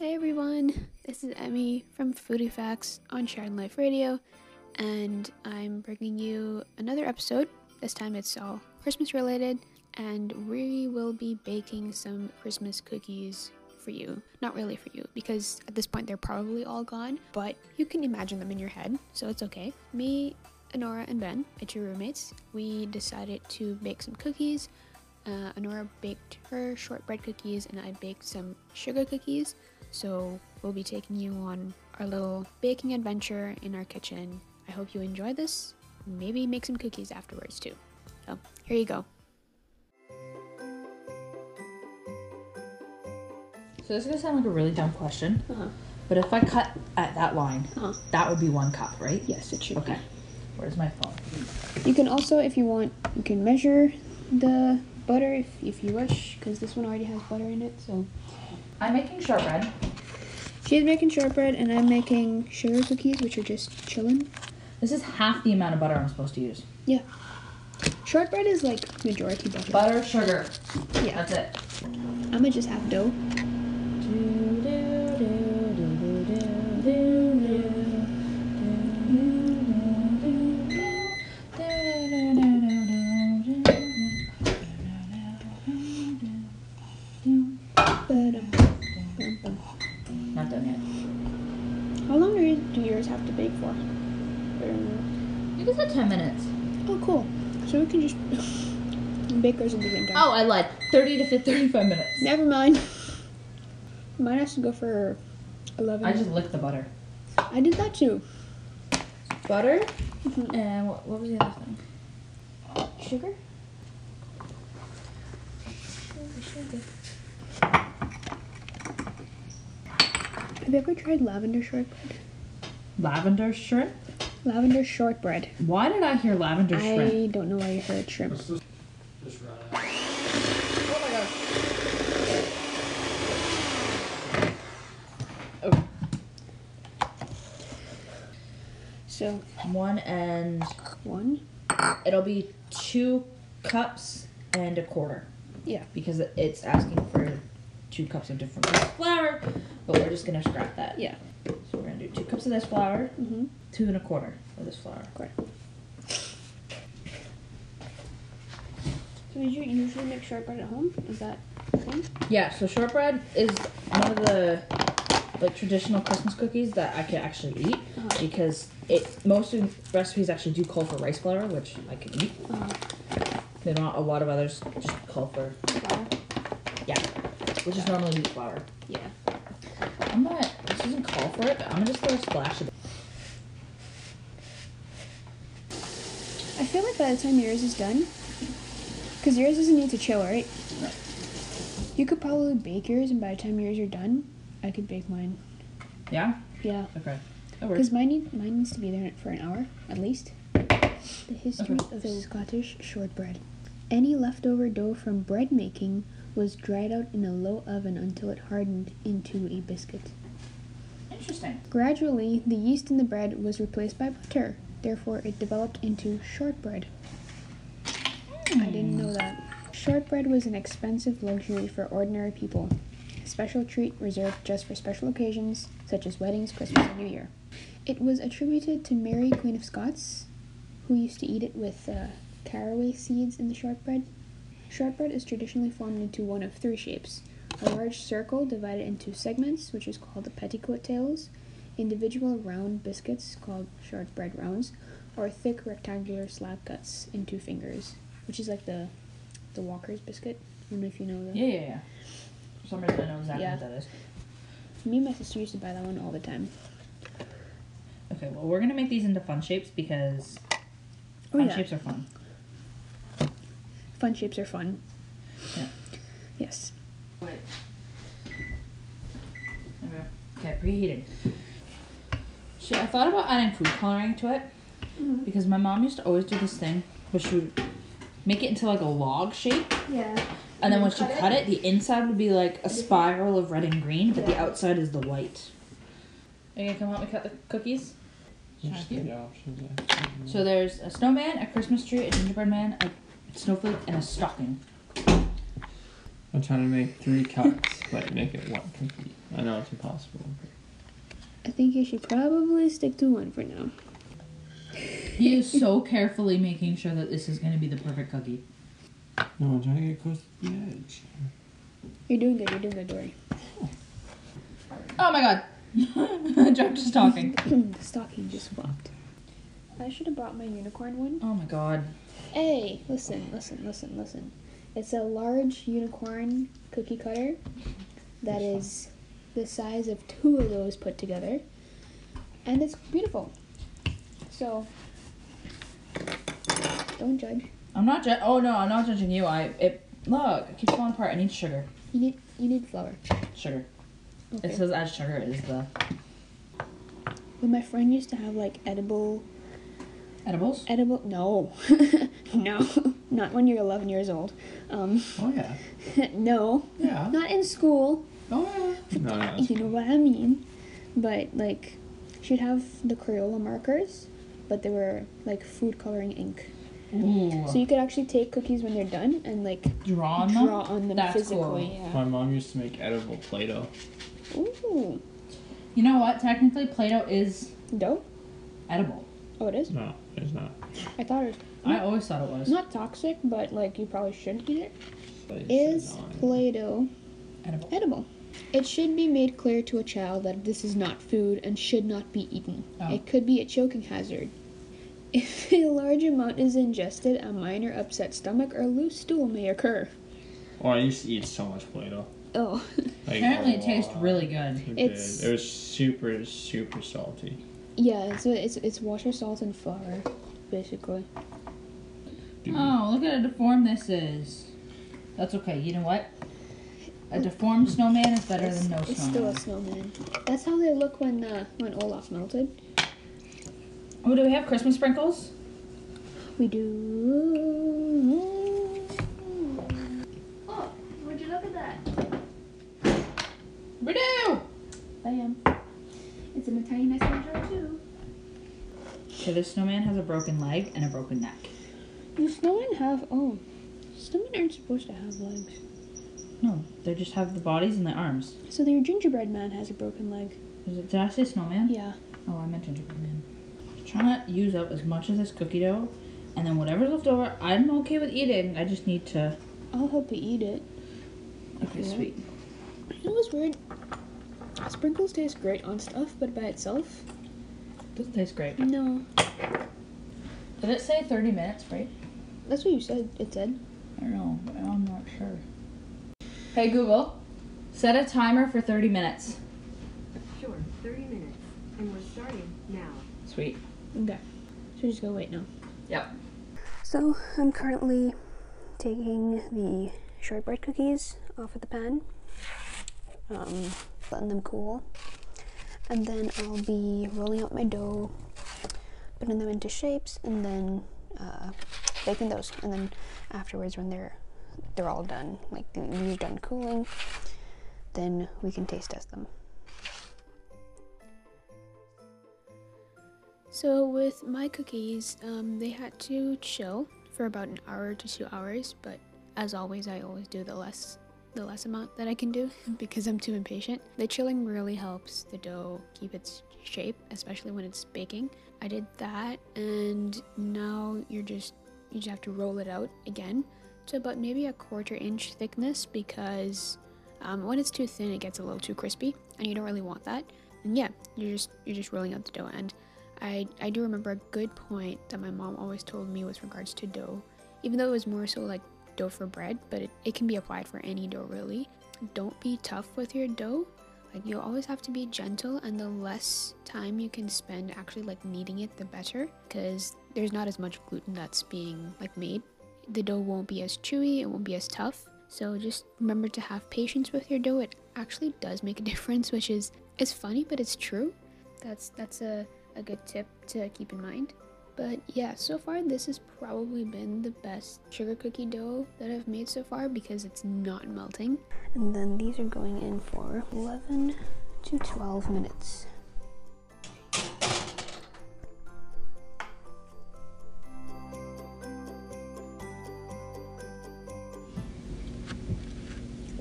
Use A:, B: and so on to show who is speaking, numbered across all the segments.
A: everyone. This is Emmy from Foodie Facts on Sharon Life Radio, and I'm bringing you another episode. This time it's all Christmas related, and we will be baking some Christmas cookies for you. Not really for you, because at this point they're probably all gone, but you can imagine them in your head, so it's okay. Me, Honora, and Ben, my two roommates, we decided to bake some cookies. Uh, Honora baked her shortbread cookies, and I baked some sugar cookies. So we'll be taking you on our little baking adventure in our kitchen. I hope you enjoy this. Maybe make some cookies afterwards too. So here you go.
B: So this is gonna sound like a really dumb question,
A: Uh-huh.
B: but if I cut at that line,
A: Uh-huh.
B: that would be one cup, right?
A: Yes, it should.
B: Okay. Where's my phone?
A: You can also, if you want, you can measure the butter if, if you wish, because this one already has butter in it. So
B: I'm making shortbread.
A: she's making shortbread, and I'm making sugar cookies, which are just chillin'.
B: This is half the amount of butter I'm supposed to use.
A: Yeah. Shortbread is like majority butter.
B: Butter, sugar.
A: Yeah.
B: That's it.
A: I'm gonna just have dough. But, um, bum, bum.
B: Not done
A: How long are you, do yours have to bake for? I don't
B: yet. You can said 10 minutes.
A: know. Oh, cool. So we can just bake ours at the same time.
B: Oh, I lied. 30 to 50, 35 minutes.
A: Never mind. Mine has to go for 11.
B: I just licked the butter.
A: I did that too.
B: Butter? And what, what was the other thing?
A: Sugar? Have you ever tried lavender shortbread?
B: Lavender shrimp?
A: Lavender shortbread.
B: Why did I hear lavender shrimp?
A: I don't know why you heard shrimp.
C: Just run out.
B: Oh
A: So,
B: One and
A: one.
B: it'll be two cups and a quarter
A: Yeah.
B: because it- it's asking for two cups of different kinds of flour, but we're just gonna scrap that.
A: Yeah.
B: So we're gonna do two cups of this flour,
A: Mm-hmm.
B: two and a quarter of this flour.
A: So, did you usually make shortbread at home? Is that the thing?
B: Yeah, so shortbread is one of the like traditional Christmas cookies that I could actually eat
A: Uh-huh.
B: because it most of the recipes actually do call for rice flour, which I can eat.
A: Uh,
B: They're not a lot of others just call for
A: flour?
B: yeah, which is normally wheat flour.
A: Yeah.
B: I'm not. This doesn't call for it, but I'm gonna just throw a splash of.
A: I feel like by the time yours is done, because yours doesn't need to chill, right? You could probably bake yours, and by the time yours are done, I could bake mine.
B: Yeah.
A: Yeah,
B: Okay. That
A: because mine need, mine needs to be there for an hour at least. The history of Scottish shortbread. Any leftover dough from bread making was dried out in a low oven until it hardened into a biscuit.
B: Interesting.
A: Gradually, the yeast in the bread was replaced by butter. Therefore, it developed into shortbread. I didn't know that. Shortbread was an expensive luxury for ordinary people, a special treat reserved just for special occasions such as weddings, Christmas, and New Year. It was attributed to Mary, Queen of Scots, who used to eat it with uh, caraway seeds in the shortbread. Shortbread is traditionally formed into one of three shapes a large circle divided into segments, which is called the petticoat tails, individual round biscuits called shortbread rounds, or thick rectangular slab cuts in two fingers, which is like the the Walker's biscuit. I don't know if you know that.
B: Hmm. Yeah, yeah, yeah. For some reason, I know exactly
A: Yeah.
B: what that is.
A: Me and my sister used to buy that one all the time.
B: Okay. Well, we're gonna make these into fun shapes because
A: Oh,
B: fun
A: yeah.
B: shapes are fun.
A: Fun shapes are fun.
B: Yeah.
A: Yes.
B: Wait. Okay. Okay. Preheated. Shit, I thought about adding food coloring to it because my mom used to always do this thing where she would make it into like a log shape
A: Yeah.
B: And then when she cut it, the inside would be like a spiral of red and green, but the outside is the white. Are you gonna come help me cut the cookies?
C: There's three options. actually.
B: So there's a snowman, a Christmas tree, a gingerbread man, a snowflake, and a stocking.
C: I'm trying to make three cups. Like make it one cookie. I know it's impossible.
A: I think you should probably stick to one for now.
B: He is so carefully making sure that this is going to be the perfect cookie.
C: No, I'm trying to get close to the edge.
A: You're doing good. You're doing good, Dory.
B: Oh my god. Job just talking.
A: Hmm, the stocking just flopped. I should have brought my unicorn one.
B: Oh my god.
A: Hey, listen, listen, listen, listen. It's a large unicorn cookie cutter that is the size of two of those put together. And it's beautiful. So, don't judge.
B: I'm not ju- Oh no, I'm not judging you. I it look, it keeps falling apart. I need sugar.
A: You need you need flour.
B: Sugar. It
A: Okay.
B: says add sugar is the
A: When my friend used to have like edible
B: edibles.
A: edible no. no. Not when you're 11 years old. Um
C: Oh yeah.
A: no.
C: Yeah.
A: Not in school.
C: Oh yeah. No, no. it's-
A: you know what I mean. But like, she'd have the Crayola markers, but they were like food coloring ink.
B: Ooh.
A: So you could actually take cookies when they're done and like
B: draw on them.
A: draw on them
B: That's
A: physically.
C: My mom used to make edible Play-Doh.
A: Yeah. Ooh,
B: You know what? Technically, Play-Doh is
A: dope.
B: edible.
A: Oh, it is.
C: No, it's not.
A: I thought it
B: I always thought it was
A: was not toxic, but like you probably shouldn't eat it.
C: Play-Doh's
A: Is
C: not.
A: Play-Doh
B: edible.
A: edible? It should be made clear to a child that this is not food and should not be eaten.
B: Oh.
A: It could be a choking hazard. If a large amount is ingested, a minor upset stomach or loose stool may occur.
C: Oh, I used to eat so much Play-Doh.
A: Oh,
C: Like,
B: Apparently,
C: a
B: it tastes
C: lot.
B: really good.
C: It
A: It's-
C: did. It was super, super salty.
A: yeah. So it's it's water, salt, and flour, basically.
C: Dude.
B: Oh, look at how deformed this is. That's okay. You know what? A deformed snowman is better
A: It's,
B: than no
A: it's still a
B: snowman.
A: snowman. That's how they look when uh, when Olaf melted.
B: Oh, do we have Christmas sprinkles?
A: We do.
D: Oh, would you look at that?
B: We do.
D: Bam. It's in a tiny nice little jar too.
B: Okay, this snowman has a broken leg and a broken neck.
A: Do snowmen have? Oh, snowmen aren't supposed to have legs.
B: No, they just have the bodies and the arms.
A: So your gingerbread man has a broken leg.
B: Is it, did I say snowman?
A: Yeah.
B: Oh, I meant gingerbread man. Trying to use up as much of this cookie dough, and then whatever's left over, I'm okay with eating. I just need to.
A: I'll help you eat it.
B: Okay,
A: Yeah.
B: sweet.
A: It was weird. Sprinkles taste great on stuff, but by itself,
B: Doesn't taste great.
A: no.
B: Did it say 30 minutes, right?
A: That's what you said. It said.
B: I don't know, but I'm not sure. Hey Google, set a timer for 30 minutes.
E: Sure, 30 minutes. And we're starting now.
B: Sweet.
A: Okay. So just gonna wait now.
B: Yep.
A: So I'm currently taking the shortbread cookies off of the pan, um, letting them cool, and then I'll be rolling out my dough, putting them into shapes, and then uh, baking those. And then afterwards, when they're they're all done, like these are done cooling, then we can taste test them. So with my cookies, um, they had to chill for about an hour to two hours. But as always, I always do the less the less amount that I can do because I'm too impatient. The chilling really helps the dough keep its shape, especially when it's baking. I did that, and now you're just you just have to roll it out again to about maybe a quarter inch thickness because um, when it's too thin, it gets a little too crispy, and you don't really want that. And yeah, you're just you're just rolling out the dough. And I I do remember a good point that my mom always told me with regards to dough, even though it was more so like dough for bread, but it, it can be applied for any dough really. Don't be tough with your dough. Like you always have to be gentle, and the less time you can spend actually like kneading it, the better, because there's not as much gluten that's being like made the dough won't be as chewy, it won't be as tough. So just remember to have patience with your dough. It actually does make a difference, which is it's funny, but it's true. That's that's a, a good tip to keep in mind. But yeah, so far this has probably been the best sugar cookie dough that I've made so far because it's not melting. And then these are going in for 11 to 12 minutes.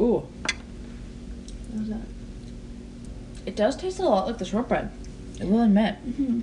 B: Ooh.
E: those up.
B: It does taste a lot like the shortbread. I will admit.
E: Mm-hmm.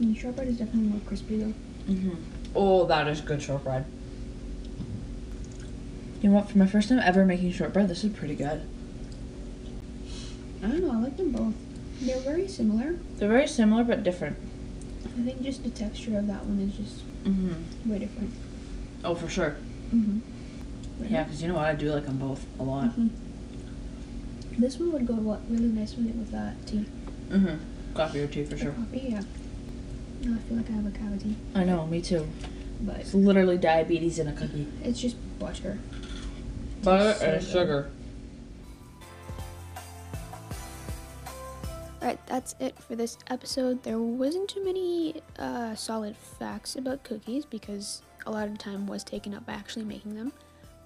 E: And the shortbread is definitely more crispy though.
B: Mm-hmm. Oh, that is good shortbread. You know what? For my first time ever making shortbread, this is pretty good.
E: I don't know. I like them both. They're very similar.
B: They're very similar but different.
E: I think just the texture of that one is just
B: Mm-hmm.
E: way different.
B: Oh, for sure.
E: Mm-hmm.
B: Yeah, because you know what? I do like them both a lot.
A: Mm-hmm.
E: Mhm. This one would go what really nicely with
A: uh,
E: that tea.
B: Mm-hmm. Coffee or tea for sure.
E: Coffee, yeah. Now I feel like I have a cavity,
B: I know, me too.
E: but
B: It's literally diabetes in a cookie.
E: it's just butter.
B: Butter
E: so
B: and
E: good.
B: sugar.
E: Alright, that's it for this episode. There wasn't too many uh, solid facts about cookies because a lot of time was taken up by actually making them.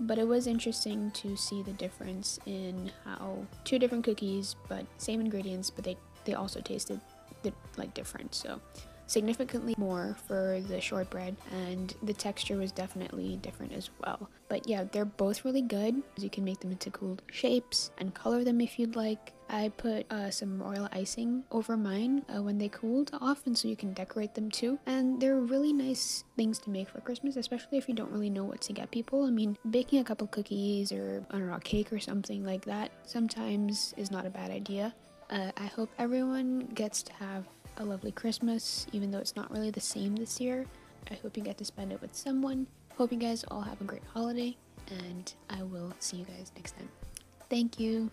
E: But it was interesting to see the difference in how two different cookies, but same ingredients, but they, they also tasted di- like different. So significantly more for the shortbread, and the texture was definitely different as well. But yeah, they're both really good. You can make them into cool shapes and color them if you'd like. I put uh, some royal icing over mine uh, when they cooled off, and so you can decorate them too. And they're really nice things to make for Christmas, especially if you don't really know what to get people. I mean, baking a couple cookies or I don't know, a cake or something like that sometimes is not a bad idea. Uh, I hope everyone gets to have a lovely Christmas, even though it's not really the same this year. I hope you get to spend it with someone. Hope you guys all have a great holiday, and I will see you guys next time. Thank you.